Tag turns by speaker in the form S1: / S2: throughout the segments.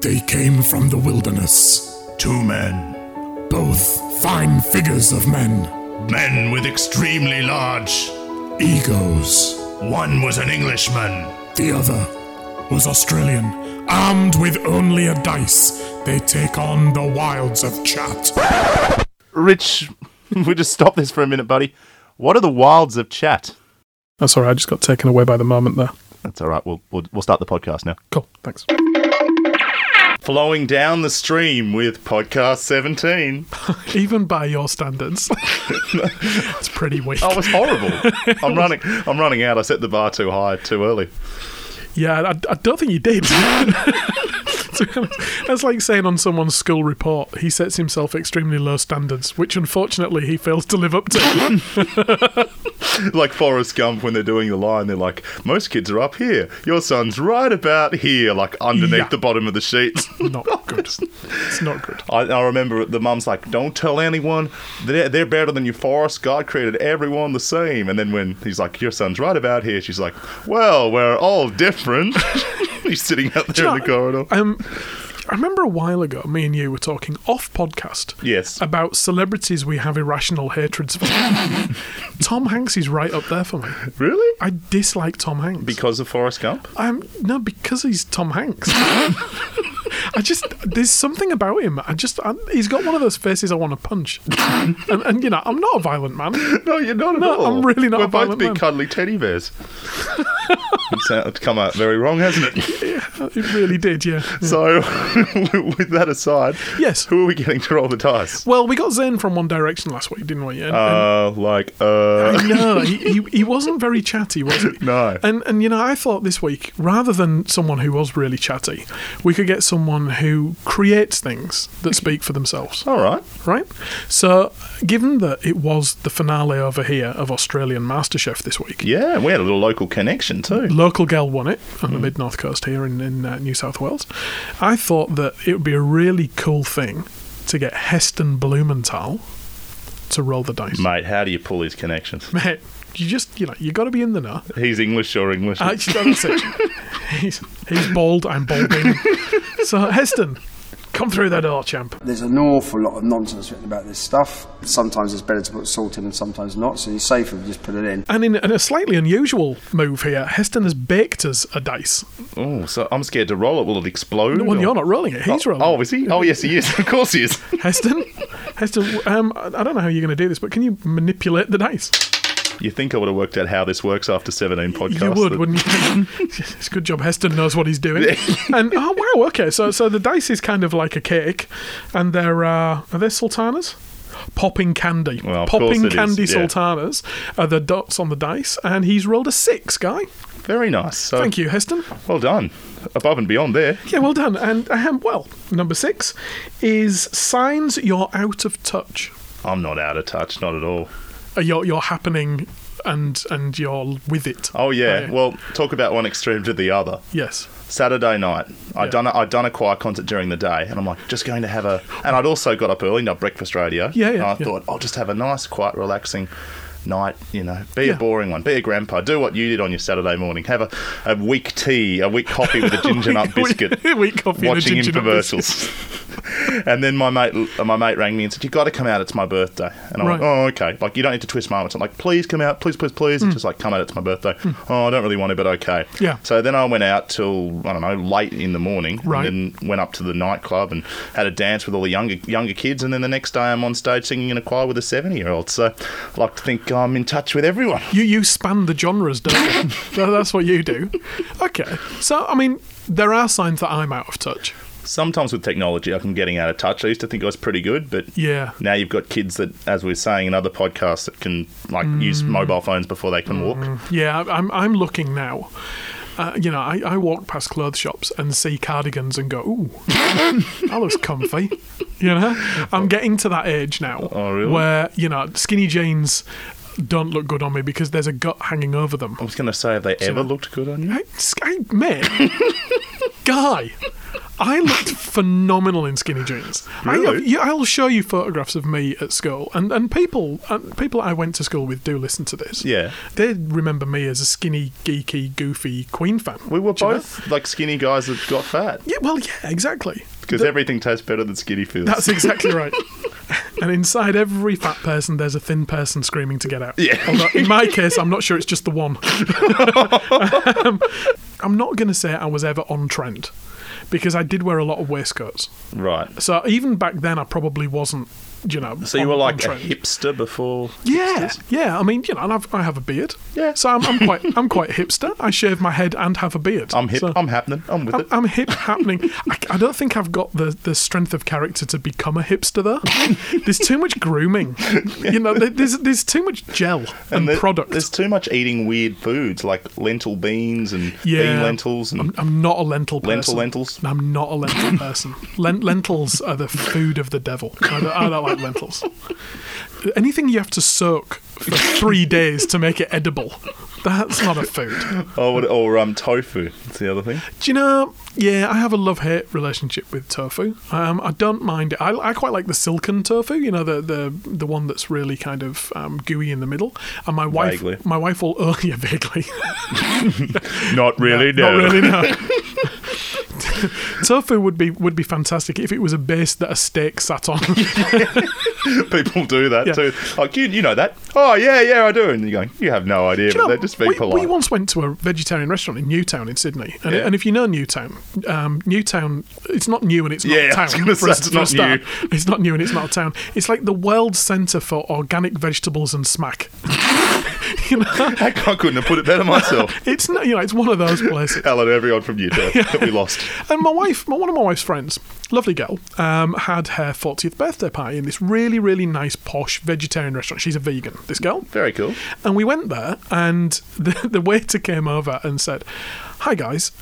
S1: They came from the wilderness.
S2: Two men.
S1: Both fine figures of men,
S2: Men with extremely large.
S1: egos.
S2: One was an Englishman.
S1: The other was Australian. Armed with only a dice, they take on the wilds of chat.
S3: Rich, we'll just stop this for a minute, buddy. What are the wilds of chat?
S4: That's all right. Oh, I just got taken away by the moment there.
S3: That's all right. We'll, we'll, we'll start the podcast now.
S4: Cool. Thanks.
S3: Flowing down the stream with Podcast 17.
S4: Even by your standards, it's pretty weak.
S3: Oh, it's horrible. I'm running. I'm running out. I set the bar too high, too early.
S4: Yeah, I, I don't think you did. To be honest, That's like saying on someone's school report, he sets himself extremely low standards, which unfortunately he fails to live up to.
S3: Like Forrest Gump when they're doing the line, they're like, "Most kids are up here. Your son's right about here, like underneath
S4: Yeah.
S3: the bottom of the sheets."
S4: not good. It's not good.
S3: I, I remember the mum's like, "Don't tell anyone. They're, they're better than you, Forrest. God created everyone the same." And then when he's like, "Your son's right about here," she's like, "Well, we're all different." he's sitting out there in the
S4: you know-
S3: corridor.
S4: Um, I remember a while ago, me and you were talking off podcast
S3: Yes.
S4: about celebrities we have irrational hatreds for. Tom Hanks is right up there for me.
S3: Really?
S4: I dislike Tom Hanks.
S3: Because of Forrest Gump?
S4: I'm no because he's Tom Hanks. I just there's something about him. I just I, he's got one of those faces I want to punch. and, and you know I'm not a violent man.
S3: No, you're not at
S4: No,
S3: all.
S4: I'm really not
S3: We're
S4: a
S3: both
S4: violent
S3: big
S4: man.
S3: cuddly teddy bears. it's uh, it's come out very wrong, hasn't it?
S4: It really did, yeah.
S3: So, with that aside,
S4: Yes.
S3: who are we getting to roll the dice?
S4: Well, we got Zen from One Direction last week, didn't we? And,
S3: Uh, like, uh,
S4: and- no, he, he he wasn't very chatty, was he?
S3: No.
S4: And and you know I thought this week rather than someone who was really chatty, we could get someone who creates things that speak for themselves.
S3: all right.
S4: right? So, given that it was the finale over here of Australian MasterChef this week,
S3: Yeah, we had a little local connection too.
S4: local girl won it on the mid north coast here in, in uh, New South Wales. I thought that it would be a really cool thing to get Heston Blumenthal to roll the dice.
S3: Mate, how do you pull these connections?
S4: Mate, you just you know you got to be in the know.
S3: He's English or English?
S4: Uh, that's it. he's he's bald. I'm balding. so Heston, come through that door, champ.
S5: There's an awful lot of nonsense written about this stuff. Sometimes it's better to put salt in and sometimes not, so you're safer if you just put it in.
S4: And in, in a slightly unusual move here, Heston has baked us a dice.
S3: oh, so I'm scared to roll it. Will it explode?
S4: Well,
S3: or-
S4: you're not rolling it. He's
S3: oh,
S4: rolling.
S3: Oh,
S4: it.
S3: is he? Oh, yes, he is. Of course he is.
S4: Heston, Heston, um, I I don't know how you're going to do this, but can you manipulate the dice?
S3: You think I would have worked out how this works after 17 podcasts?
S4: you would,
S3: that-
S4: wouldn't you? it's a good job Heston knows what he's doing. and oh wow, okay, so so the dice is kind of like a cake, and there are are there sultanas. Popping candy,
S3: Well, of course
S4: popping
S3: it is,
S4: candy
S3: yeah.
S4: sultanas are the dots on the dice, and he's rolled a six, guy.
S3: Very nice. So,
S4: Thank you, Heston.
S3: Well done. Above and beyond there.
S4: Yeah, well done. And um, well, number six is signs you're out of touch.
S3: I'm not out of touch, not at all.
S4: uh, you're you're happening and and you're with it.
S3: Oh yeah.
S4: Right.
S3: Well, talk about one extreme to the other.
S4: yes.
S3: Saturday night, I'd
S4: Yeah.
S3: done a, I'd done a choir concert during the day, and I'm like, just going to have a. And I'd also got up early, not breakfast radio.
S4: Yeah, yeah,
S3: And I
S4: yeah.
S3: thought I'll just have a nice, quiet, relaxing night. You know, be
S4: Yeah.
S3: a boring one, be a grandpa, do what you did on your Saturday morning, have a, a weak tea, a weak coffee with a ginger nut biscuit,
S4: Weak coffee and a
S3: watching
S4: ginger nut
S3: infomercials. and then my mate uh, my mate rang me and said, "You got to come out. It's my birthday." And I'm
S4: Right.
S3: like,
S4: Hmm.
S3: "Oh, okay." Like you don't need to twist my arm. It's not like, "Please come out, please, please, please." It's just like, "Come out. It's my birthday." Oh, I don't really want to, but okay.
S4: Yeah.
S3: So then I went out till I don't know late in the morning.
S4: Right.
S3: And then went up to the nightclub and had a dance with all the younger younger kids. And then the next day I'm on stage singing in a choir with a seventy year old. So I like to think I'm in touch with everyone.
S4: You you span the genres, don't you? That- That's what you do. Okay. So I mean, there are signs that I'm out of touch.
S3: Sometimes with technology, I'm getting out of touch. I used to think I was pretty good, but
S4: Yeah.
S3: Now you've got kids that, as we are saying in other podcasts, that can like
S4: Mm.
S3: use mobile phones before they can walk.
S4: Yeah. I- I'm I'm looking now. Uh, you know, I, I walk past clothes shops and see cardigans and go, ooh, that looks comfy. You know, I'm getting to that age now
S3: Oh, really?
S4: where you know skinny jeans don't look good on me because there's a gut hanging over them.
S3: I was going to say, have they ever looked good on you?
S4: Hey, Sky, mate, guy, I looked phenomenal in skinny jeans. I,
S3: Really?
S4: yeah, I'll show you photographs of me at school, and and people and people I went to school with do listen to this.
S3: Yeah.
S4: they remember me as a skinny, geeky, goofy Queen fan.
S3: We were
S4: Do you know?
S3: both like skinny guys that got fat
S4: Yeah, well, yeah, exactly.
S3: because everything tastes better than skinny feels.
S4: That's exactly right. and inside every fat person, there's a thin person screaming to get out. Yeah. Although in my case, I'm not sure it's just the one. Um, I'm not going to say I was ever on trend because I did wear a lot of waistcoats.
S3: right.
S4: So even back then, I probably wasn't, you know.
S3: So you
S4: on-
S3: were like
S4: on
S3: a
S4: trend.
S3: hipster before.
S4: Yeah, yeah. I mean, you know, and I've, I have a beard.
S3: Yeah.
S4: So I'm, I'm quite, I'm quite hipster. I shave my head and have a beard.
S3: I'm hip.
S4: So-
S3: I'm happening. I'm with
S4: I'm,
S3: it.
S4: I'm hip happening. I, I don't think I've got the, the strength of character to become a hipster though. There's too much grooming. You know, there- there's there's too much gel and,
S3: there-
S4: product.
S3: There's too much eating weird foods like lentil beans and
S4: Yeah.
S3: bean lentils and
S4: I'm, I'm not a lentil person.
S3: Lentil lentils?
S4: I'm not a lentil person. Len- lentils are the food of the devil. I don't, I don't like lentils. Anything you have to soak for three days to make it edible, that's not a food.
S3: oh, what- or um tofu. That's the other thing.
S4: Do you know? Yeah, I have a love hate relationship with tofu. Um, I don't mind it. I, I quite like the silken tofu. You know, the the, the one that's really kind of um, gooey in the middle. And my wife,
S3: Vaguely.
S4: my wife will oh yeah, vaguely.
S3: Not really.
S4: Not really. No. tofu would be would be fantastic if it was a base that a steak sat on.
S3: People do that
S4: Yeah.
S3: too. Like you, you know that. Oh yeah, yeah, I do. And you're going, you have no idea,
S4: Do
S3: but
S4: you know,
S3: they're just being
S4: we,
S3: polite.
S4: we once went to a vegetarian restaurant in Newtown in Sydney, and,
S3: Yeah.
S4: and if you know Newtown, um, Newtown, it's not new and it's not
S3: Yeah, I
S4: a town.
S3: was gonna
S4: for
S3: say
S4: a-
S3: it's
S4: for a
S3: not
S4: start.
S3: new.
S4: It's not new and it's not a town. It's like the world centre for organic vegetables and smack. you know,
S3: I can't- couldn't have put it better myself.
S4: it's not, you know, it's one of those places.
S3: Hello to everyone from Utah that we lost.
S4: And my wife, my, one of my wife's friends, lovely girl, um, had her 40th birthday party in this really, really nice posh vegetarian restaurant. She's a vegan, this girl.
S3: Very cool.
S4: And we went there, and the, the waiter came over and said, Hi, guys.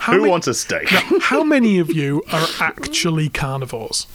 S4: How
S3: Who
S4: ma-
S3: wants a steak?
S4: How many of you are actually carnivores?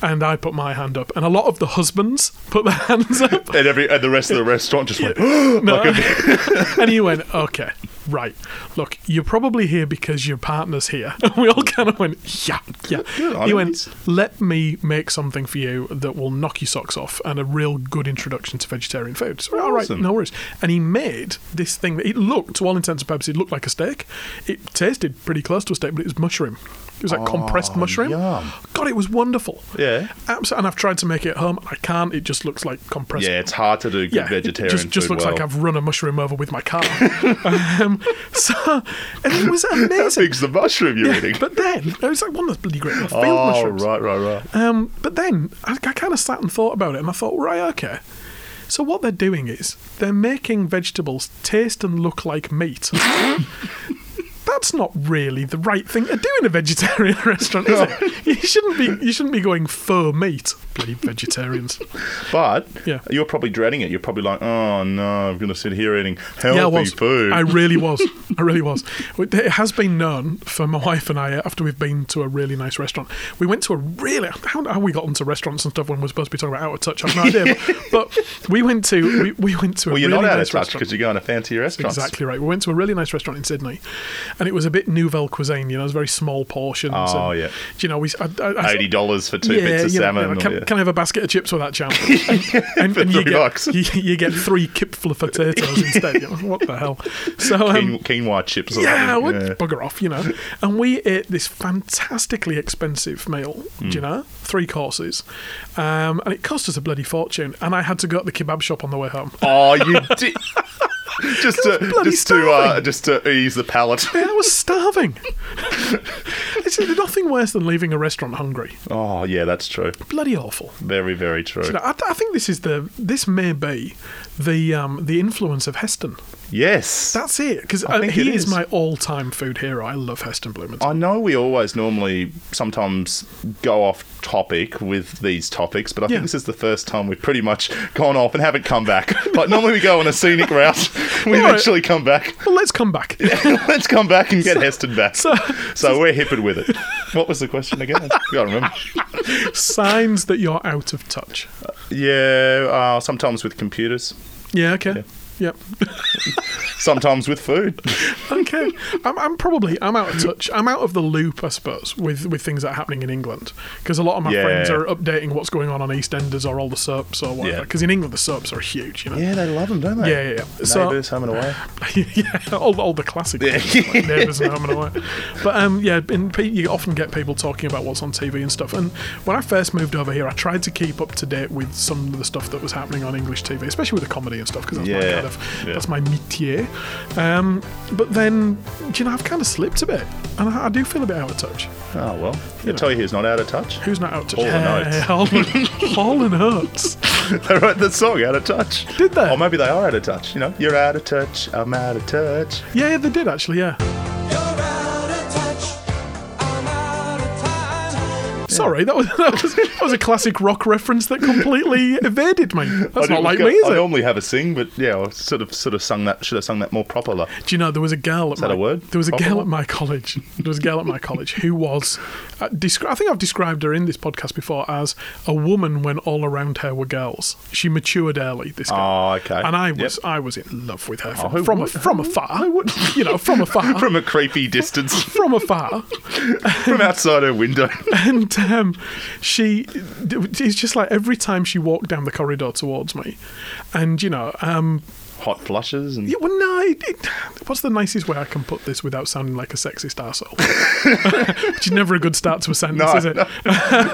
S4: And I put my hand up, and a lot of the husbands put their hands up.
S3: And every and the rest of the restaurant just went.
S4: No. and he went, okay, right. Look, you're probably here because your partner's here. And we all kind of went, yeah, yeah.
S3: on
S4: he
S3: him.
S4: went, let me make something for you that will knock your socks off and a real good introduction to vegetarian food. So, all right,
S3: Awesome.
S4: no worries. And he made this thing that it looked, to all intents and purposes, it looked like a steak. It tasted pretty close to a steak, but it was mushroom. It was like compressed mushroom.
S3: Oh, yum.
S4: God, it was wonderful.
S3: Yeah.
S4: Absolutely. And I've tried to make it at home. I can't. It just looks like compressed
S3: yeah, it's hard to do good
S4: it
S3: vegetarian
S4: Just, just
S3: food
S4: looks
S3: well.
S4: like I've run a mushroom over with my car. um, so, and it was
S3: How
S4: amazing.
S3: big's the mushroom you're eating?
S4: But then it was like one of those bloody great field
S3: oh,
S4: mushrooms.
S3: right, right, right.
S4: Um, but then I, I kind of sat and thought about it, and I thought, right, okay. So what they're doing is they're making vegetables taste and look like meat. That's not really the right thing to do in a vegetarian restaurant, is it? You shouldn't be you shouldn't be going faux meat, bloody vegetarians.
S3: But
S4: Yeah.
S3: you're probably dreading it. You're probably like, oh no, I'm going to sit here eating healthy
S4: yeah, I was.
S3: food.
S4: I really was. I really was. It has been known for my wife and I after we've been to a really nice restaurant. We went to a really how, how we got onto restaurants and stuff when we're supposed to be talking about out of touch. I have no idea. but, but we went to we, we went to a
S3: well, you're
S4: really
S3: not out
S4: nice
S3: of touch
S4: restaurant.
S3: because you're going to fancy restaurants.
S4: Exactly right. We went to a really nice restaurant in Sydney, and it was a bit nouvelle cuisine. You know, it was very small portions.
S3: Oh,
S4: and,
S3: yeah.
S4: You know, we I, I, I-
S3: Eighty dollars for two bits of
S4: you know,
S3: salmon.
S4: you know,
S3: or-
S4: can,
S3: yeah.
S4: can I have a basket of chips with that jam? And, and
S3: For
S4: you
S3: three
S4: get,
S3: bucks.
S4: You, you get three kipful of potatoes instead. You're like, what the hell? So um,
S3: Quinoa- quinoa chips. Or
S4: yeah,
S3: something.
S4: we'd bugger off, you know. And we ate this fantastically expensive meal, do
S3: Hmm.
S4: you know, three courses, um, and it cost us a bloody fortune. And I had to go to the kebab shop on the way home.
S3: Oh, you did. just to
S4: bloody
S3: just to uh,
S4: starving.
S3: just to ease the palate.
S4: I was starving. it's there's nothing worse than leaving a restaurant hungry.
S3: Oh, yeah, that's true.
S4: Bloody awful.
S3: Very, very true.
S4: You know, I, I think this is the this may be the um, the influence of Heston.
S3: Yes.
S4: That's it. Because
S3: think
S4: he
S3: it
S4: is.
S3: is.
S4: my all-time food hero. I love Heston Blumenthal.
S3: I know we always normally sometimes go off topic with these topics, but I
S4: Yeah.
S3: think this is the first time we've pretty much gone off and haven't come back. like normally we go on a scenic route, we
S4: All right.
S3: eventually come back.
S4: well, let's come back.
S3: Let's come back and get Heston back. So,
S4: so-
S3: we're hipped with it. What was the question again? I can't remember.
S4: Signs that you're out of touch.
S3: Yeah, uh, sometimes with computers.
S4: Yeah. Okay. Yep.
S3: sometimes with food.
S4: okay. I'm, I'm probably I'm out of touch. I'm out of the loop, I suppose, with with things that are happening in England because a lot of my
S3: Yeah.
S4: friends are updating what's going on on EastEnders or all the soaps or whatever.
S3: Yeah.
S4: Because in England, the soaps are huge. You know.
S3: yeah, they love them, don't they?
S4: Yeah, yeah, yeah. So-
S3: Neighbours, home and away.
S4: yeah, all, all the classic ones, like neighbours and home and away. But um, yeah, in, pe- you often get people talking about what's on TV and stuff. And when I first moved over here, I tried to keep up to date with some of the stuff that was happening on English TV, especially with the comedy and stuff, because that's my
S3: Yeah,
S4: kind of
S3: yeah.
S4: that's my métier. Um, but then, do you know, I've kind of slipped a bit, and I, I do feel a bit out of touch.
S3: Oh well, I tell you, he's not out of touch.
S4: Who's not out of touch?
S3: Hall and Oates.
S4: Hall- Hall and Oates.
S3: they wrote the song "Out of Touch."
S4: Did they?
S3: Or maybe they are out of touch. You know, you're out of touch. I'm out of touch.
S4: Yeah, yeah, they did actually. Yeah. Sorry, that was, that was that was a classic rock reference that completely evaded me. That's
S3: I
S4: not
S3: do-
S4: like me, is
S3: I
S4: it?
S3: normally have a sing, but yeah, I sort of sort of sung that. Should have sung that more properly.
S4: Do you know there was a girl at
S3: that
S4: my
S3: a word?
S4: there was a girl
S3: Proper?
S4: at my college. There was a girl at my college who was uh, descri- I think I've described her in this podcast before as a woman when all around her were girls. She matured early. This girl.
S3: Oh, okay.
S4: And I
S3: Yep. Ah,
S4: was I was in love with her from
S3: who
S4: from,
S3: would-
S4: a, from afar. You know, from afar.
S3: from a creepy distance
S4: from afar.
S3: from outside her window.
S4: and um, she it's just like every time she walked down the corridor towards me and you know um
S3: Hot flushes and
S4: yeah, well no it, it, what's the nicest way i can put this without sounding like a sexist arsehole which is never a good start to a sentence
S3: No,
S4: is it
S3: no.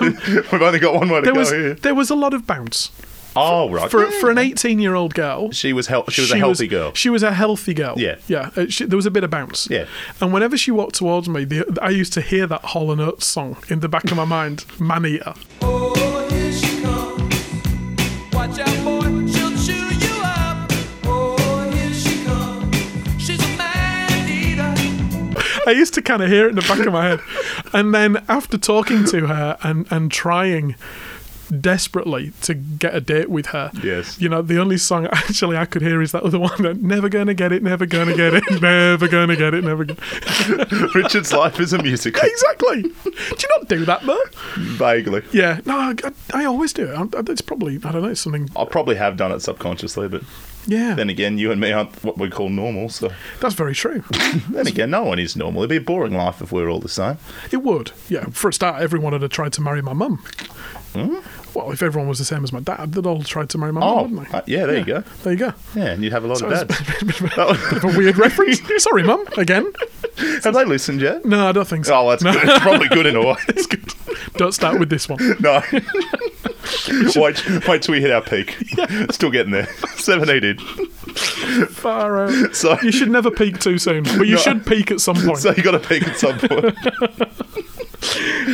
S3: we've only got one way to
S4: there
S3: go
S4: was
S3: here.
S4: there was a lot of bounce
S3: Oh right,
S4: for for an 18 year old girl
S3: she was hel- she was a healthy girl.
S4: She was a healthy girl.
S3: Yeah.
S4: yeah. Uh, she, there was a bit of bounce.
S3: Yeah.
S4: And whenever she walked towards me, the, I used to hear that Hall and Oates song in the back of my mind, Man Eater.
S6: Oh, here she comes. Watch out, boy, she'll chew you up. Oh, here she comes. She's a man eater.
S4: I used to kind of hear it in the back of my head. And then after talking to her and, and trying desperately to get a date with her,
S3: Yes.
S4: you know, the only song actually I could hear is that other one that never gonna get it, never gonna get it, never gonna get it, never. Gonna...
S3: Richard's life is a musical.
S4: Exactly. Do you not do that though?
S3: Vaguely.
S4: Yeah. No, I, I, I always do it. I, it's probably I don't know. It's something.
S3: I probably have done it subconsciously, but
S4: Yeah.
S3: then again, you and me aren't what we call normal. So
S4: that's very true.
S3: then again, no one is normal. It'd be a boring life if we were all the same.
S4: It would, yeah. For a start, everyone would have tried to marry my mum. Well, if everyone was the same as my dad, they'd all tried to marry my
S3: Hmm? Oh,
S4: mum, wouldn't they?
S3: uh, yeah, there you go.
S4: There you go.
S3: Yeah, and you'd have a lot
S4: So
S3: of
S4: it's-
S3: dads. Oh,
S4: A weird reference. Sorry, mum. Again.
S3: have they listened yet?
S4: No, I don't think so.
S3: Oh, that's good. It's probably good in a way.
S4: It's good.
S3: Oh.
S4: Don't start with this one.
S3: No. wait, wait till we hit our peak. Still getting there. Seven needed.
S4: Far out.
S3: So-
S4: you should never peak too soon, but you
S3: No.
S4: should peak at some point.
S3: So you got to peak at some point.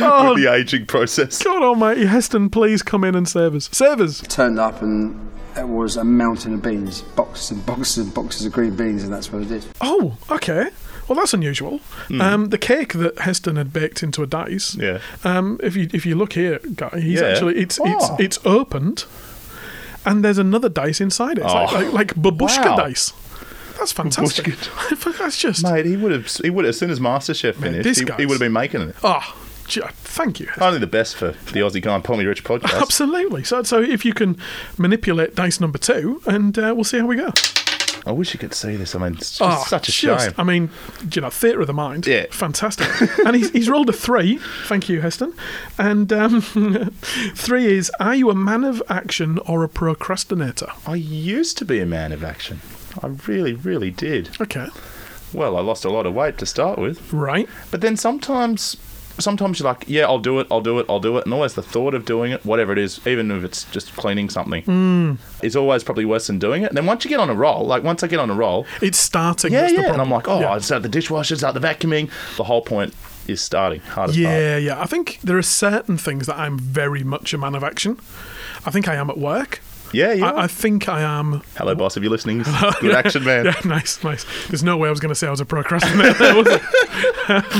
S4: oh,
S3: the aging process.
S4: God Almighty, Heston, please come in and save us. Save us.
S5: Turned up and it was a mountain of beans, boxes and boxes and boxes of green beans, and that's what it is.
S4: Oh, okay. Well, that's unusual. Um, the cake that Heston had baked into a dice.
S3: Hmm. Yeah.
S4: Um, if you if you look here, guy, he's
S3: Yeah.
S4: actually it's
S3: Oh.
S4: it's it's opened, and there's another dice inside it. It's like,
S3: Oh.
S4: like like babushka
S3: Wow.
S4: dice. That's fantastic. That's just
S3: Mate, he would have. He would as soon as MasterChef finished,
S4: this
S3: he,
S4: guy's-
S3: he would have been making it.
S4: ah. gee, thank you. Heston.
S3: Only the best for the Aussie guy and Pommy Rich podcast.
S4: Absolutely. So so if you can manipulate dice number two, and uh, we'll see how we go.
S3: I wish you could see this. I mean, it's just
S4: Ah,
S3: such a
S4: just-
S3: shame.
S4: I mean, you know, theatre of the mind.
S3: Yeah.
S4: Fantastic. and he's, he's rolled a three. Thank you, Heston. And um, three is Are you a man of action or a procrastinator?
S3: I used to be a man of action. I really, really did.
S4: Okay.
S3: Well, I lost a lot of weight to start with,
S4: Right.
S3: but then sometimes, sometimes you're like, yeah, I'll do it, I'll do it, I'll do it, and always the thought of doing it, whatever it is, even if it's just cleaning something,
S4: Hmm.
S3: is always probably worse than doing it. And then once you get on a roll, like once I get on a roll,
S4: It's starting.
S3: yeah,
S4: that's The
S3: yeah, and
S4: problem.
S3: I'm like, oh,
S4: yeah.
S3: I start the dishwasher, start the vacuuming. The whole point is starting. Hardest part.
S4: Yeah, yeah. I think there are certain things that I'm very much a man of action. I think I am at work.
S3: Yeah, yeah.
S4: I, I think I am.
S3: Hello, boss. If you're listening, good action, man.
S4: Yeah, nice, nice. There's no way I was going to say I was a procrastinator, there, was I?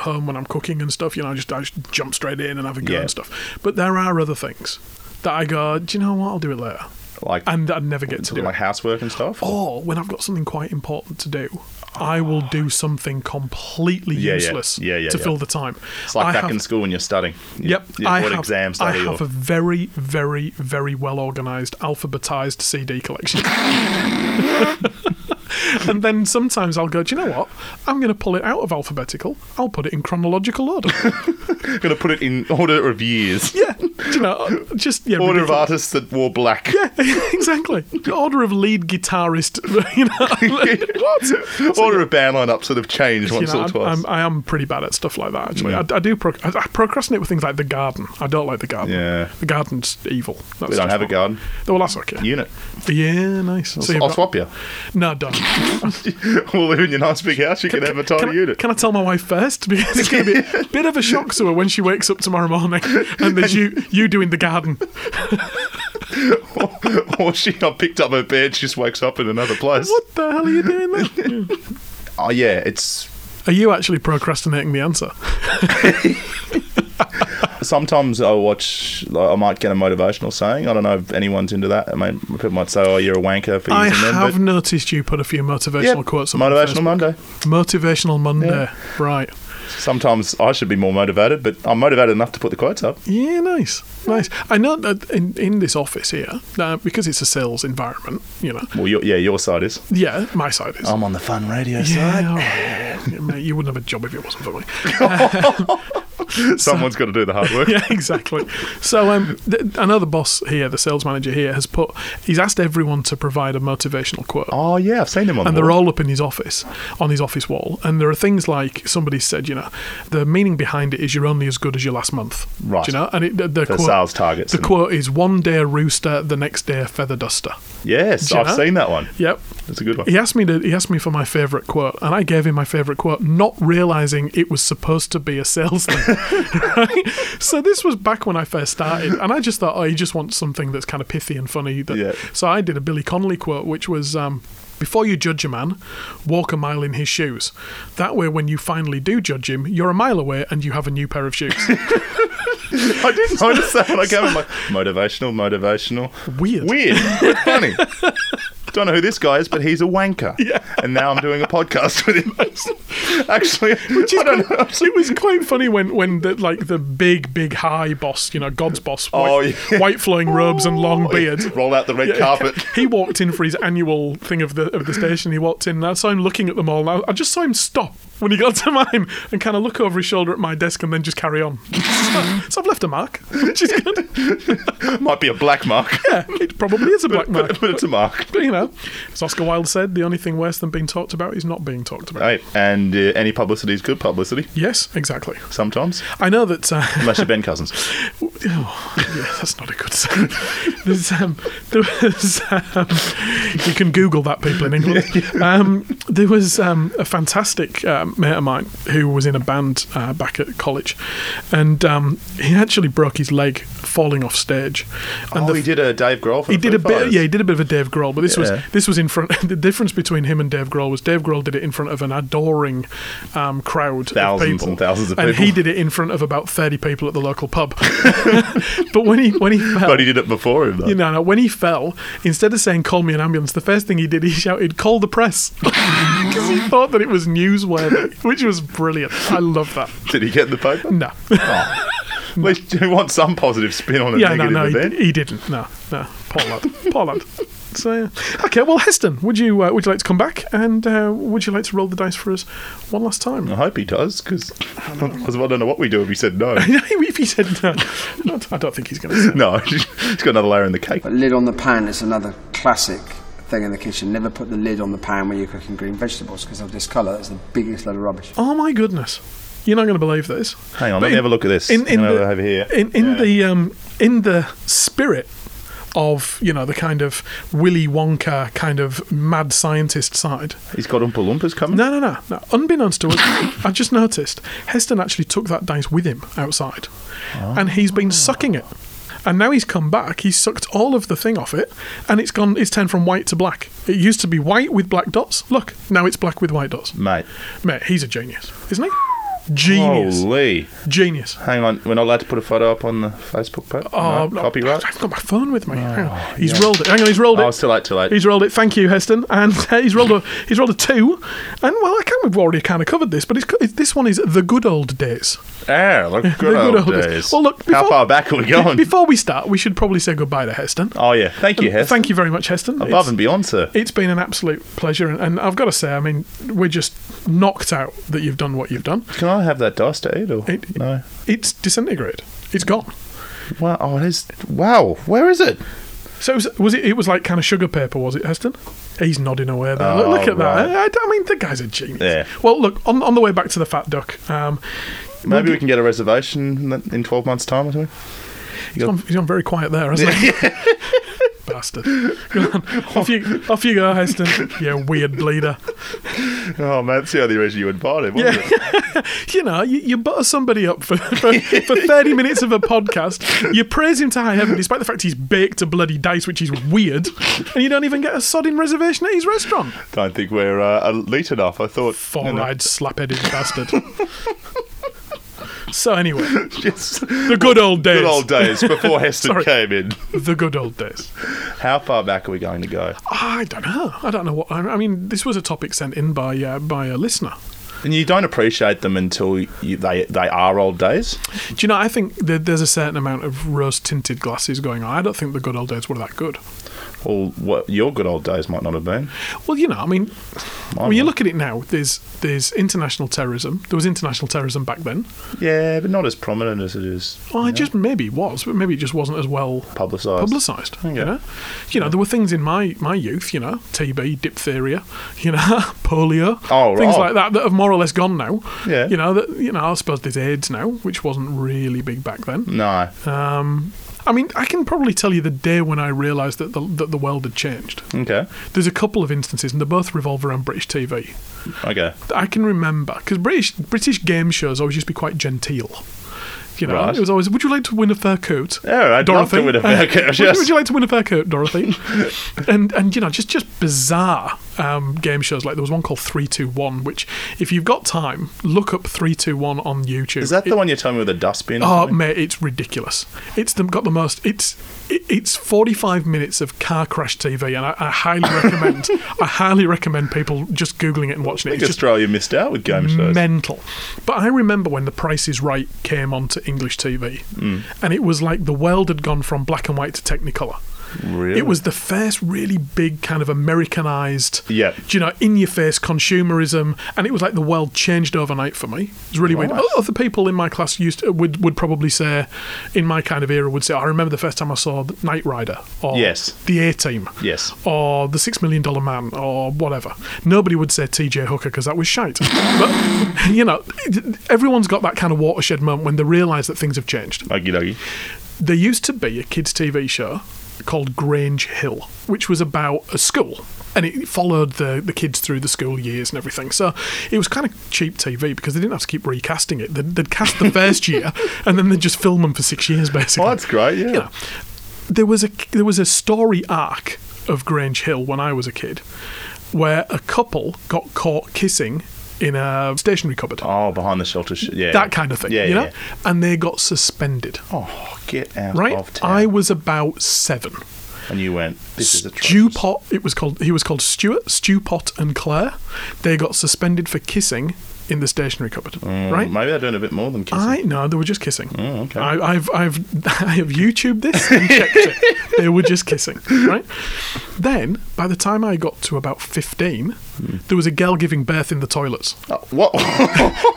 S4: Home Um, when I'm cooking and stuff, you know, I just, I just jump straight in and have a go
S3: Yeah.
S4: and stuff. But there are other things that I go, do you know what? I'll do it later.
S3: Like,
S4: And I never get to do
S3: like
S4: it. Oh,
S3: housework and stuff.
S4: Or when I've got something quite important to do, I will do something completely
S3: Yeah, yeah.
S4: useless
S3: Yeah, yeah,
S4: to
S3: yeah.
S4: fill the time.
S3: It's like
S4: I
S3: back
S4: have-
S3: in school when you're studying. You-
S4: Yep,
S3: you
S4: I
S3: board
S4: have,
S3: exam
S4: I
S3: study.
S4: have a
S3: or,
S4: very, very, very well organised, alphabetized CD collection. and then sometimes I'll go, do you know what? I'm going to pull it out of alphabetical. I'll put it in chronological order.
S3: gonna put it in order of years.
S4: yeah, do you know, uh, just yeah,
S3: Order of
S4: ridiculous.
S3: artists that wore black.
S4: exactly. The order of lead guitarist. You know, what?
S3: Order of band lineups that have changed
S4: You
S3: once
S4: know,
S3: or
S4: I'm,
S3: twice.
S4: I'm, I am pretty bad at stuff like that. Actually,
S3: Yeah.
S4: I, I do proc- I, I procrastinate with things like the garden. I don't like the garden.
S3: Yeah.
S4: the garden's evil. That's
S3: we don't
S4: just
S3: have a
S4: not-
S3: garden.
S4: Well, that's okay.
S3: Unit.
S4: Yeah, nice. So you've
S3: I'll
S4: got-
S3: swap you.
S4: No, don't.
S3: we'll live in your nice big house. You can, have a tiny
S4: Can I,
S3: unit.
S4: can I tell my wife first? Because it's going to be a bit of a shock to her when she wakes up tomorrow morning and there's you you doing the garden.
S3: or she I picked up her bed. She just wakes up in another place.
S4: What the hell are you doing there?
S3: Oh yeah, it's
S4: Are you actually procrastinating the answer?
S3: sometimes I watch. Like, I might get a motivational saying. I don't know if anyone's into that. I mean, people might say, "Oh, you're a wanker for using
S4: I
S3: them."
S4: have
S3: but
S4: noticed you put a few motivational
S3: yeah,
S4: quotes on
S3: motivational
S4: motivational,
S3: Monday.
S4: motivational Monday. Right.
S3: Sometimes I should be more motivated, but I'm motivated enough to put the quotes up.
S4: Yeah, nice, nice. I know that in, in this office here, uh, because it's a sales environment, you know.
S3: Well, your, yeah, your side is.
S4: Yeah, my side is.
S3: I'm on the fun radio
S4: yeah, all right. Yeah, mate, you wouldn't have a job if it wasn't for me.
S3: side. Someone's got to do the hard work.
S4: yeah, exactly. So um, th- I know the boss here, the sales manager here, has put. He's asked everyone to provide a motivational quote.
S3: Oh yeah, I've seen them on.
S4: And
S3: the
S4: they're
S3: wall.
S4: all up in his office, on his office wall. And there are things like somebody said, you know, the meaning behind it is you're only as good as your last month.
S3: Right.
S4: Do you know? And it, the, the
S3: For
S4: quote,
S3: sales targets
S4: The
S3: and-
S4: quote is one day a rooster, the next day a feather duster.
S3: Yes,
S4: Do you
S3: I've
S4: know?
S3: seen that one.
S4: Yep.
S3: That's a good one.
S4: He asked me to. He asked me for my favourite quote, and I gave him my favourite quote, not realising it was supposed to be a sales thing. right? So this was back when I first started, and I just thought, oh, he just wants something that's kind of pithy and funny. That,
S3: Yeah.
S4: So I did a Billy Connolly quote, which was. Um, before you judge a man, walk a mile in his shoes. That way, when you finally do judge him, you're a mile away and you have a new pair of shoes.
S3: I didn't notice that when I came in. Like, motivational, motivational.
S4: Weird.
S3: Weird, but funny. Don't know who this guy is, but he's a wanker.
S4: Yeah.
S3: And now I'm doing a podcast with him. Actually, I don't know.
S4: it was quite funny when when the, like the big big high boss, you know, God's boss, white,
S3: Oh, yeah. Oh,
S4: white flowing robes and long beard.
S3: Roll out the red
S4: Yeah,
S3: carpet.
S4: He walked in for his annual thing of the of the station. He walked in, and I saw him looking at them all. I, I just saw him stop when he got to mine and kind of look over his shoulder at my desk and then just carry on. so, so I've left a mark, which is good.
S3: Might be a black mark.
S4: Yeah, it probably is a black mark.
S3: But, but it's a mark.
S4: But you know, as Oscar Wilde said, the only thing worse than being talked about is not being talked about.
S3: Right. And uh, any publicity is good publicity
S4: Yes, exactly.
S3: sometimes.
S4: I know that. Uh,
S3: Unless you're Ben Cousins.
S4: Oh, yeah, that's not a good sign. There's, um, there was, um, you can Google that, people in England. Um, there was um, a fantastic um, mate of mine who was in a band uh, back at college, and um, he actually broke his leg falling off stage. And
S3: oh, he did a Dave Grohl for
S4: he
S3: the
S4: did a
S3: Foo
S4: bit,
S3: Fighters.
S4: yeah. He did a bit of a Dave Grohl, but this
S3: Yeah.
S4: was this was in front. The difference between him and Dave Grohl was Dave Grohl did it in front of an adoring um, crowd,
S3: Thousands
S4: of people,
S3: and thousands of
S4: and
S3: people.
S4: he did it in front of about thirty people at the local pub. but when he when he fell,
S3: But he did it before him, though.
S4: you know, no, when he fell, instead of saying "call me an ambulance," the first thing he did he shouted "call the press" because he thought that it was newsworthy, which was brilliant. I love that.
S3: Did he get the paper? Oh.
S4: No,
S3: At least you want some positive spin on a
S4: yeah, no,
S3: negative
S4: no,
S3: event.
S4: he, he didn't. No, no, poor lad, poor lad. So, yeah. okay, well, Heston, would you uh, would you like to come back and uh, would you like to roll the dice for us one last time?
S3: I hope he does, because I don't know what we do if he said no.
S4: if he said no, not- I don't think he's going to. say
S3: No, he's got another layer in the cake.
S5: But lid on the pan is another classic thing in the kitchen. Never put the lid on the pan when you're cooking green vegetables because they'll discolour. That's the biggest load of rubbish.
S4: Oh my goodness. You're not going to believe this.
S3: Hang on,
S4: But
S3: let me have a look at this.
S4: In, in
S3: You know,
S4: the,
S3: over here.
S4: In, in the um, in the spirit of you know the kind of Willy Wonka kind of mad scientist side.
S3: He's got Oompa Loompas coming.
S4: No, no, no, no. Unbeknownst to us, I just noticed Heston actually took that dice with him outside, and he's
S3: Oh.
S4: been sucking it. And now he's come back. He's sucked all of the thing off it, and it's gone. It's turned from white to black. It used to be white with black dots. Look, now it's black with white dots.
S3: Mate,
S4: Mate, he's a genius, isn't he? Genius.
S3: Holy.
S4: Genius.
S3: Hang on, we're not allowed to put a photo up on the Facebook page?
S4: Oh,
S3: no?
S4: no,
S3: Copyright?
S4: I've got my phone with me. Hang on. He's rolled it. Hang on, he's rolled it.
S3: Oh, it's too late, too late.
S4: He's rolled it. Thank you, Heston. And uh, he's rolled a he's rolled a two. And well, I kind of we've already kind of covered this, but it's, co- it's this one is the good old days.
S3: Ah, look, good,
S4: the good
S3: old,
S4: old
S3: days.
S4: days. Well, Oh, look,
S3: How
S4: before-
S3: far back are we going?
S4: Before we start, we should probably say goodbye to Heston.
S3: oh, yeah. Thank you, Hess.
S4: Thank you very much, Heston.
S3: Above
S4: It's-
S3: and beyond, sir.
S4: it's been an absolute pleasure, and, and I've got to say, I mean, we're just knocked out that you've done what you've done.
S3: Can I have that dice to eat, or
S4: It-
S3: no?
S4: It's disintegrate. It's gone.
S3: Wow! Oh, it is. Wow! Where is it?
S4: So it was, was it? It was like kind of sugar paper, was it, Heston? He's nodding away there. look, look
S3: Oh,
S4: at
S3: right.
S4: that. I, I mean, the guy's a genius.
S3: Yeah.
S4: Well, look on on the way back to the Fat Duck. Um,
S3: Maybe we can get a reservation in- in twelve months' time or something.
S4: he's gone, he's gone very quiet there, hasn't he? Bastard. Go on. Off you, off you go, Heston. You weird bleeder.
S3: Oh man, that's the only reason you invited, wasn't
S4: Yeah.
S3: it?
S4: you know, you, you butter somebody up for, for, for 30 minutes of a podcast. You praise him to high heaven despite the fact he's baked a bloody dice, which is weird. And you don't even get a sodding reservation at his restaurant.
S3: Don't think we're uh, elite enough. I thought. you know,
S4: Four-eyed, slap-headed bastard. so anyway,
S3: just
S4: the good old days.
S3: good old days before Heston
S4: Sorry.
S3: came in.
S4: The good old days. Ah,
S3: How far back are we going to go?
S4: I don't know. I don't know what. I, I mean, this was a topic sent in by uh, by a listener.
S3: And you don't appreciate them until you, they they are old days.
S4: Do you know? I think that there's a certain amount of rose-tinted glasses going on. I don't think the good old days were that good.
S3: Or what your good old days might not have been.
S4: Well, you know, I mean, when you
S3: not.
S4: look at it now, there's there's international terrorism. There was international terrorism back then.
S3: Yeah, but not as prominent as it is
S4: Well, it just maybe was, but maybe it just wasn't as well
S3: publicised.
S4: publicised.
S3: Okay.
S4: You know, you know, there were things in my my youth, you know, TB, diphtheria, you know, polio,
S3: Oh, right.
S4: things like that that have more or less gone now.
S3: Yeah.
S4: you know that you know I suppose there's AIDS now, which wasn't really big back then.
S3: no.
S4: Um, I mean, I can probably tell you the day when I realised that the that the world had changed.
S3: Okay.
S4: There's a couple of instances, and they both revolve around British TV.
S3: Okay.
S4: that I can remember because British British game shows always used to be quite genteel. You know,
S3: Right.
S4: it was always, "Would you like to win a fair coat?"
S3: Yeah, I'd love to win a fair coat,
S4: would, you-
S3: yes.
S4: would you like to win a fair coat, Dorothy? and and you know, just just bizarre um, game shows. Like there was one called Three Two One, which if you've got time, look up Three Two One on YouTube.
S3: Is that
S4: It-
S3: the one you're telling me with a dustbin? or
S4: Oh
S3: something?
S4: mate, it's ridiculous. It's the, got the most. It's it, it's forty five minutes of car crash TV, and I, I highly recommend. I highly recommend people just googling it and watching it.
S3: I
S4: It's
S3: think
S4: just
S3: Australia missed out with game shows.
S4: mental. But I remember when The Price is Right came onto English TV,
S3: Mm.
S4: and it was like the world had gone from black and white to Technicolor.
S3: Really?
S4: It was the first really big kind of Americanized,
S3: Yeah.
S4: do you know, in your face consumerism, and it was like the world changed overnight for me. It was really weird.
S3: Right.
S4: Other people in my class used to, would would probably say, in my kind of era, would say, I remember the first time I saw the Knight Rider or
S3: Yes.
S4: the A Team,
S3: Yes.
S4: or the Six Million Dollar Man, or whatever. Nobody would say T.J. Hooker because that was shite. but you know, everyone's got that kind of watershed moment when they realise that things have changed.
S3: Okie dokie.
S4: There used to be a kids' TV show called Grange Hill, which was about a school. And it followed the, the kids through the school years and everything. So it was kind of cheap TV because they didn't have to keep recasting it. They'd, they'd cast the first year and then they'd just film them for six years, basically.
S3: Oh, that's great, yeah.
S4: You know, there was a there was a story arc of Grange Hill when I was a kid, where a couple got caught kissing in a stationery cupboard.
S3: Oh, behind the shelter. Sh- yeah.
S4: That kind of thing,
S3: Yeah,
S4: you
S3: yeah,
S4: know, and they got suspended.
S3: yeah. Oh, get out
S4: Right,
S3: of town.
S4: I was about seven.
S3: and you went, this is a
S4: Stewpot, it was called. He was called Stuart, Stewpot, and Claire. They got suspended for kissing in the stationery cupboard. right,
S3: Mm, Maybe they're doing a bit more than kissing. Oh,
S4: I no, they were just kissing. I, I've I've I have YouTubed this and checked it. They were just kissing, right? Then by the time I got to about fifteen,
S3: Hmm.
S4: there was a girl giving birth in the toilets.
S3: Oh, what?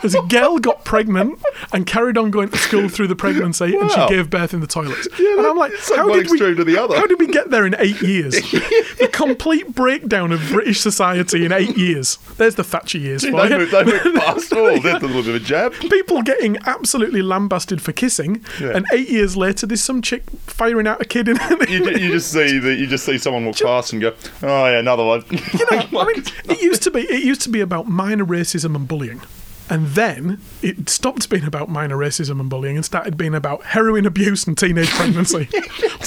S4: There's a girl got pregnant and carried on going to school through the pregnancy, and
S3: Wow.
S4: she gave birth in the toilets. and
S3: that-
S4: I'm like,
S3: it's like
S4: how
S3: one
S4: did we?
S3: extreme to the other.
S4: How did we get there in eight years? the complete breakdown of British society in eight years. There's the Thatcher years.
S3: they
S4: for you.
S3: moved, they moved past all. That's a little bit of a jab.
S4: people getting absolutely lambasted for kissing,
S3: Yeah.
S4: and eight years later, there's some chick firing out a kid in.
S3: You, ju- you just see the, you just see someone walk past and go, oh yeah, another one.
S4: You know, I mean, it used to be it used to be about minor racism and bullying. And then it stopped being about minor racism and bullying and started being about heroin abuse and teenage pregnancy.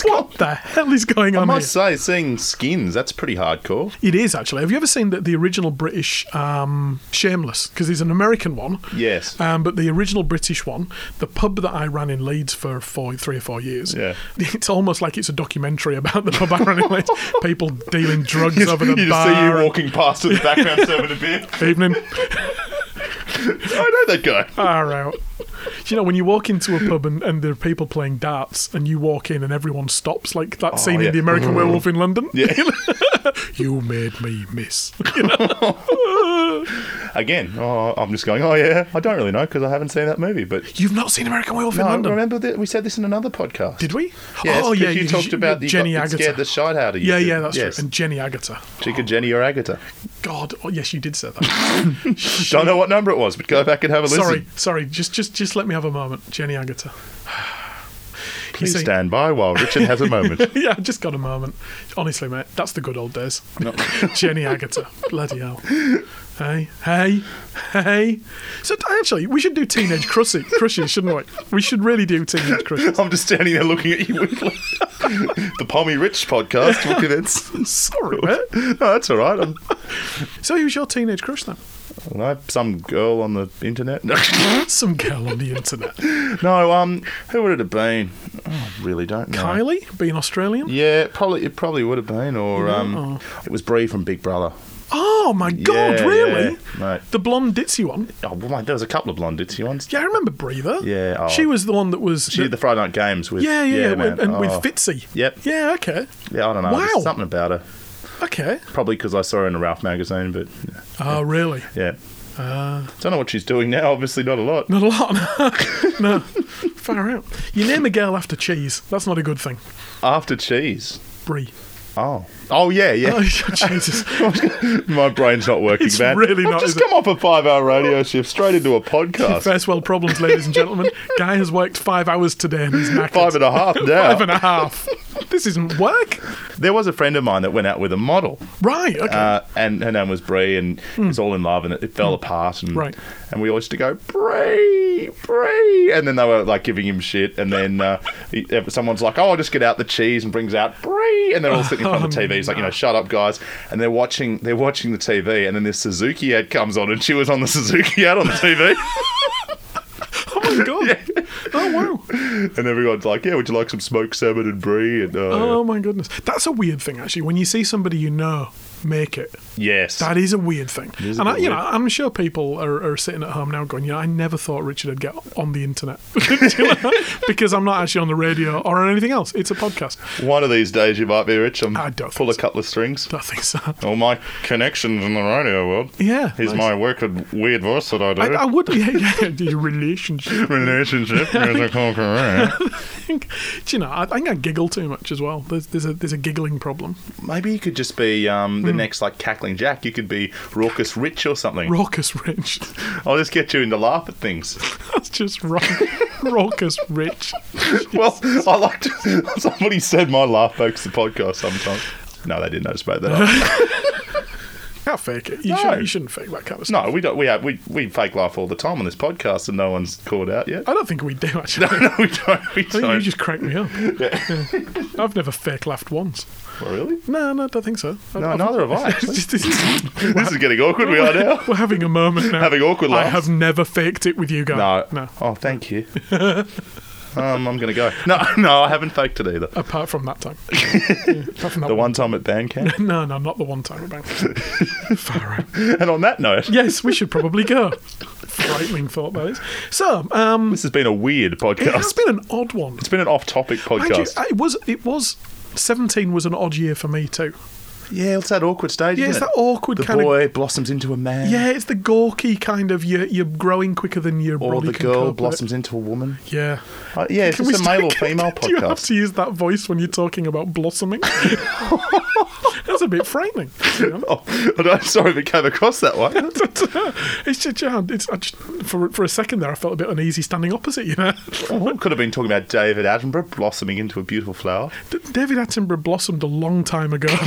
S4: what the hell is going
S3: I
S4: on here?
S3: must say, seeing skins, that's pretty hardcore.
S4: It is actually. Have you ever seen the, the original British um, Shameless? Because there's an American one.
S3: Yes.
S4: Um, but the original British one, the pub that I ran in Leeds for four, three or four years,
S3: Yeah.
S4: it's almost like it's a documentary about the pub I ran in Leeds. People dealing drugs
S3: You,
S4: over the
S3: you just
S4: bar.
S3: see you
S4: and-
S3: walking past in the background serving a beer.
S4: Evening.
S3: I know that guy.
S4: Far out. You know, when you walk into a pub and, and there are people playing darts and you walk in and everyone stops, like that scene
S3: Oh, yeah. Mm-hmm.
S4: in The American Werewolf in London.
S3: Yeah.
S4: You made me miss.
S3: Again, oh, I'm just going, oh yeah, I don't really know because I haven't seen that movie. But
S4: You've not seen American Werewolf in
S3: no,
S4: London?
S3: remember that we said this in another podcast.
S4: Did we?
S3: Yes,
S4: oh,
S3: 'cause
S4: yeah.
S3: you talked about the- you
S4: Jenny
S3: got- it
S4: Agatha.
S3: scared the shite out of you,
S4: Yeah,
S3: didn't
S4: yeah,
S3: it?
S4: that's
S3: Yes.
S4: true. And Jenny Agatha.
S3: Chica Jenny or Agatha?
S4: God, oh, yes, you did say that.
S3: Don't know what number it was, but go back and have a listen.
S4: sorry, sorry. Just, just, just let me have a moment, Jenny Agatha. You
S3: Please
S4: see-
S3: stand by while Richard has a moment.
S4: yeah, I just got a moment. Honestly, mate, that's the good old days. Jenny Agatha, bloody hell. Hey, hey, hey. So actually, we should do teenage crushes, crushes, shouldn't we? We should really do teenage crushes.
S3: I'm just standing there looking at you weirdly. the Pommy Rich podcast. Look at it.
S4: Sorry, mate.
S3: No, that's all right. I'm-
S4: So who's your teenage crush then?
S3: I don't know, some girl on the internet. No,
S4: Some girl on the internet.
S3: no um, who would it have been? Oh, I really don't know.
S4: Kylie, being Australian.
S3: Yeah, it probably it probably would have been, or um, it was Brie from Big Brother.
S4: Oh my god,
S3: Yeah,
S4: really?
S3: yeah, mate.
S4: The blonde ditzy one.
S3: Oh, well, mate, there was a couple of blonde ditzy ones.
S4: Yeah, I remember Breather.
S3: Yeah, oh.
S4: she was the one that was.
S3: She did the Friday Night Games with
S4: yeah, yeah, yeah,
S3: man.
S4: and with
S3: Oh.
S4: Fitzy.
S3: Yep.
S4: Yeah. Okay.
S3: Yeah, I don't know. there's
S4: Wow.
S3: something about her.
S4: Okay.
S3: Probably because I saw her in a Ralph magazine, but yeah.
S4: Oh, really?
S3: yeah.
S4: Uh.
S3: Don't know what she's doing now. Obviously, not a lot.
S4: Not a lot. no. Far out. You name a girl after cheese. That's not a good thing.
S3: After cheese.
S4: Brie.
S3: Oh. Oh yeah,
S4: Oh,
S3: yeah.
S4: Jesus.
S3: My brain's not
S4: Oh,
S3: working,
S4: It's
S3: man.
S4: really
S3: I've
S4: not,
S3: just
S4: is it?
S3: come off a five-hour radio shift straight into a podcast.
S4: First world problems, ladies and gentlemen. Guy has worked five hours today and he's knackered.
S3: Five and a half now.
S4: Five and a half. This isn't work.
S3: There was a friend of mine that went out with a model,
S4: Right. Okay.
S3: uh, and her name was Brie, and it was all in love, and it, it fell apart, and
S4: Hmm. Right.
S3: and we all used to go Brie, Brie, and then they were like giving him shit, and then uh, he, someone's like, oh, I'll just get out the cheese, and brings out Brie, and they're all sitting in front of the
S4: Oh,
S3: TV. He's like, you
S4: no.
S3: know, shut up, guys, and they're watching, they're watching the TV, and then this Suzuki ad comes on, and she was on the Suzuki ad on the TV.
S4: oh my god. Oh wow.
S3: And everyone's like, "Yeah, would you like some smoked salmon and brie?" And uh,
S4: Oh my goodness. That's a weird thing actually. When you see somebody you know make it,
S3: yes,
S4: That is a weird thing.
S3: is a
S4: And I,
S3: bit
S4: you know,
S3: weird.
S4: I'm sure people are, are sitting at home now going, "Yeah, I never thought Richard would get on the internet You know? because I'm not actually on the radio or on anything else. It's a podcast.
S3: one of these days you might be rich. I'm
S4: I don't
S3: pull a
S4: think so.
S3: couple of strings.
S4: I think so.
S3: All my connections in the radio world.
S4: Yeah,
S3: here's
S4: nice.
S3: my work and weird voice that I do.
S4: I, I oh. would, yeah, yeah, your relationship.
S3: Relationship, musical career.
S4: I think, do you know, I, I think I giggle too much as well. There's, there's a there's a giggling problem.
S3: Maybe you could just be um,
S4: Hmm.
S3: the next like cackling Jack. You could be raucous rich or something.
S4: Raucous rich.
S3: I'll just get you into laugh at things.
S4: That's just ra- raucous rich.
S3: well, I like to. Somebody said my laugh makes the podcast sometimes. No, they didn't. I just made that up.
S4: Can't fake it. You,
S3: No.
S4: should, you shouldn't fake that kind of stuff.
S3: No, we don't. We have we, we fake laugh all the time on this podcast, and no one's called out yet.
S4: I don't think we do actually.
S3: no, we don't. We
S4: I think
S3: don't.
S4: you just cranked me up. Yeah. I've never fake laughed once.
S3: Oh, really?
S4: No, no, I don't think so. I-
S3: No,
S4: I've-
S3: neither have I. Actually.
S4: Just- it's-
S3: this is getting awkward. We are now.
S4: We're having a moment now.
S3: Having awkward
S4: I
S3: laughs.
S4: have never faked it with you
S3: No.
S4: guys. No.
S3: Oh, thank you. um, I'm gonna go. No, no, I haven't faked it either.
S4: Apart from that time. Yeah, apart from that
S3: The one time at band camp.
S4: No, no, not the one time at bank. Far out.
S3: and on that note,
S4: Yes, we should probably go. Frightening thought that is. So, um,
S3: this has been a weird
S4: it has
S3: podcast.
S4: been an odd one.
S3: It's been an off-topic
S4: Mind you, uh,
S3: podcast.
S4: it was. It was. Seventeen was an odd year for me too.
S3: yeah, it's that awkward stage.
S4: Yeah, it's
S3: isn't it?
S4: that awkward
S3: The
S4: kind of-
S3: boy blossoms into a man.
S4: Yeah, it's the gawky kind of you're, you're growing quicker than your
S3: Or
S4: body
S3: the
S4: can
S3: girl
S4: cope with it.
S3: blossoms into a woman.
S4: Yeah.
S3: Uh, yeah, it's
S4: Can
S3: just a
S4: we
S3: male or
S4: start-
S3: female
S4: Do you have
S3: podcast.
S4: to use that voice when you're talking about blossoming? That's a bit frightening. you know?
S3: Oh, I'm sorry if it came across that way.
S4: it's just, yeah, it's, I just for, for a second there, I felt a bit uneasy standing opposite you. Know?
S3: Oh, could have been talking about David Attenborough blossoming into a beautiful flower.
S4: D- David Attenborough blossomed a long time ago.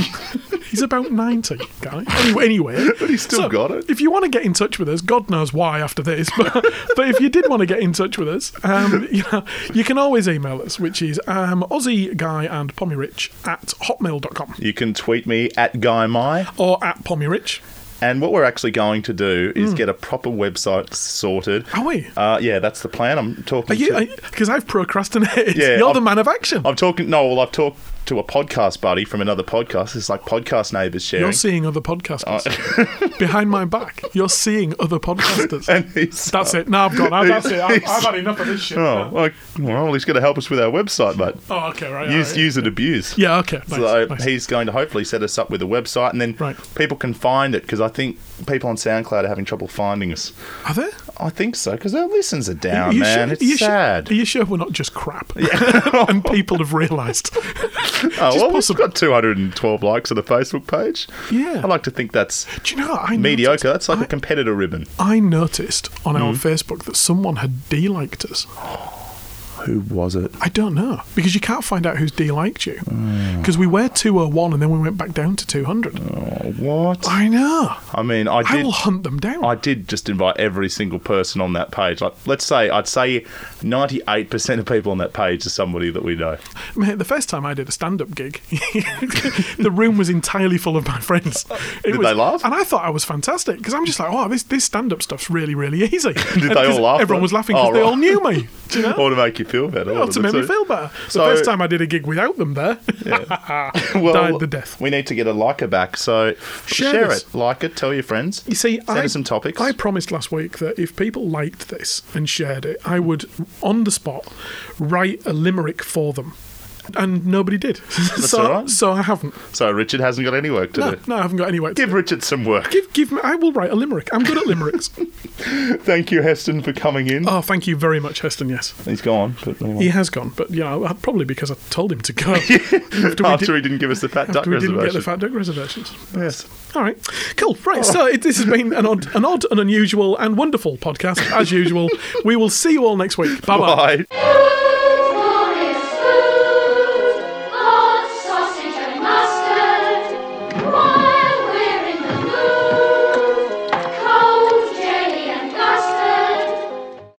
S4: He's about 90, guy. Anyway, anyway. But
S3: he's still got it.
S4: If you want to get in touch with us, God knows why after this, but, but if you did want to get in touch with us, um, you, know, you can always email us, which is um, Aussie Guy and Pommy Rich at hotmail.com
S3: You can tweet me at Guy My.
S4: or at Pommy Rich.
S3: And what we're actually going to do is get a proper website sorted.
S4: Hmm. Are we?
S3: Uh, yeah, that's the plan. I'm talking
S4: Are
S3: to.
S4: you? Because I've procrastinated.
S3: Yeah,
S4: You're the
S3: I've-
S4: man of action.
S3: I'm talking. No, well, I've talked to a podcast buddy from another podcast. It's like podcast neighbors sharing.
S4: You're seeing other podcasters behind my back. You're seeing other podcasters.
S3: Uh, and he's,
S4: that's it. No, I've gone. I, that's it. I, I've had enough of this shit.
S3: oh, like, well, he's going to help us with our website, but
S4: Oh, okay, right.
S3: use
S4: right.
S3: use and abuse.
S4: yeah, okay. Nice,
S3: So
S4: nice.
S3: he's going to hopefully set us up with a website, and then
S4: Right.
S3: people can find it because I think people on SoundCloud are having trouble finding us.
S4: Are there?
S3: I think so because our listens are down,
S4: you
S3: oh, man.
S4: sure-
S3: it's
S4: you sure-
S3: sad.
S4: are you sure we're not just crap? and people have realised.
S3: oh, well,
S4: possible.
S3: we've got 212 likes on the Facebook page.
S4: Yeah.
S3: I like to think that's
S4: Do you know what I
S3: mediocre. Mm-hmm.
S4: Noticed,
S3: That's like a competitor ribbon.
S4: I noticed on our Facebook that someone had de-liked us.
S3: Who was it?
S4: I don't know because you can't find out who's de-liked you
S3: Hmm.
S4: because we were 201 and then we went back down to 200.
S3: Oh, What? I,
S4: I know.
S3: mean, Hmm. I
S4: I
S3: did.
S4: will hunt them down.
S3: I did just invite every single person on that page. Like, let's say I'd say 98% of people on that page are somebody that we know.
S4: Mate, the first time I did a stand-up gig, the room was entirely full of my friends. It
S3: Did
S4: was-
S3: they laugh?
S4: And I thought I was fantastic because I'm just like, oh, this this stand-up stuff's really really easy. did
S3: they all laugh,
S4: Everyone
S3: though?
S4: was laughing because
S3: Oh,
S4: they
S3: right.
S4: all knew me. Do you know?
S3: Or to make you feel better.
S4: Well,
S3: one of
S4: to
S3: the
S4: make me
S3: two.
S4: feel better.
S3: So-
S4: the first time I did a gig without them there,
S3: Well,
S4: died the death.
S3: We need to get a liker back, so
S4: Share
S3: share,
S4: this.
S3: it, like it, tell your friends.
S4: You see,
S3: send
S4: I,
S3: us some topics.
S4: I promised last week that if people liked this and shared it, I would, on the spot, write a limerick for them. And nobody did. so,
S3: all right.
S4: so I haven't.
S3: so Richard hasn't got any work to
S4: No,
S3: do.
S4: no, I haven't got any way to
S3: Give Richard some work.
S4: Give, give me. I will write a limerick. I'm good at limericks.
S3: Thank you, Heston, for coming in.
S4: oh, thank you very much, Heston. Yes,
S3: He's gone, but anyway.
S4: he has gone, but yeah, I- probably because I told him to go after we,
S3: Oh. after
S4: did,
S3: he didn't give us the fat duck
S4: after we didn't get
S3: reservation.
S4: the fat duck reservations.
S3: yes.
S4: All right, cool. Right, so it, this has been an odd, an odd, and unusual, and wonderful podcast as usual. we will see you all next week. Bye bye.
S3: Bye.
S7: Thank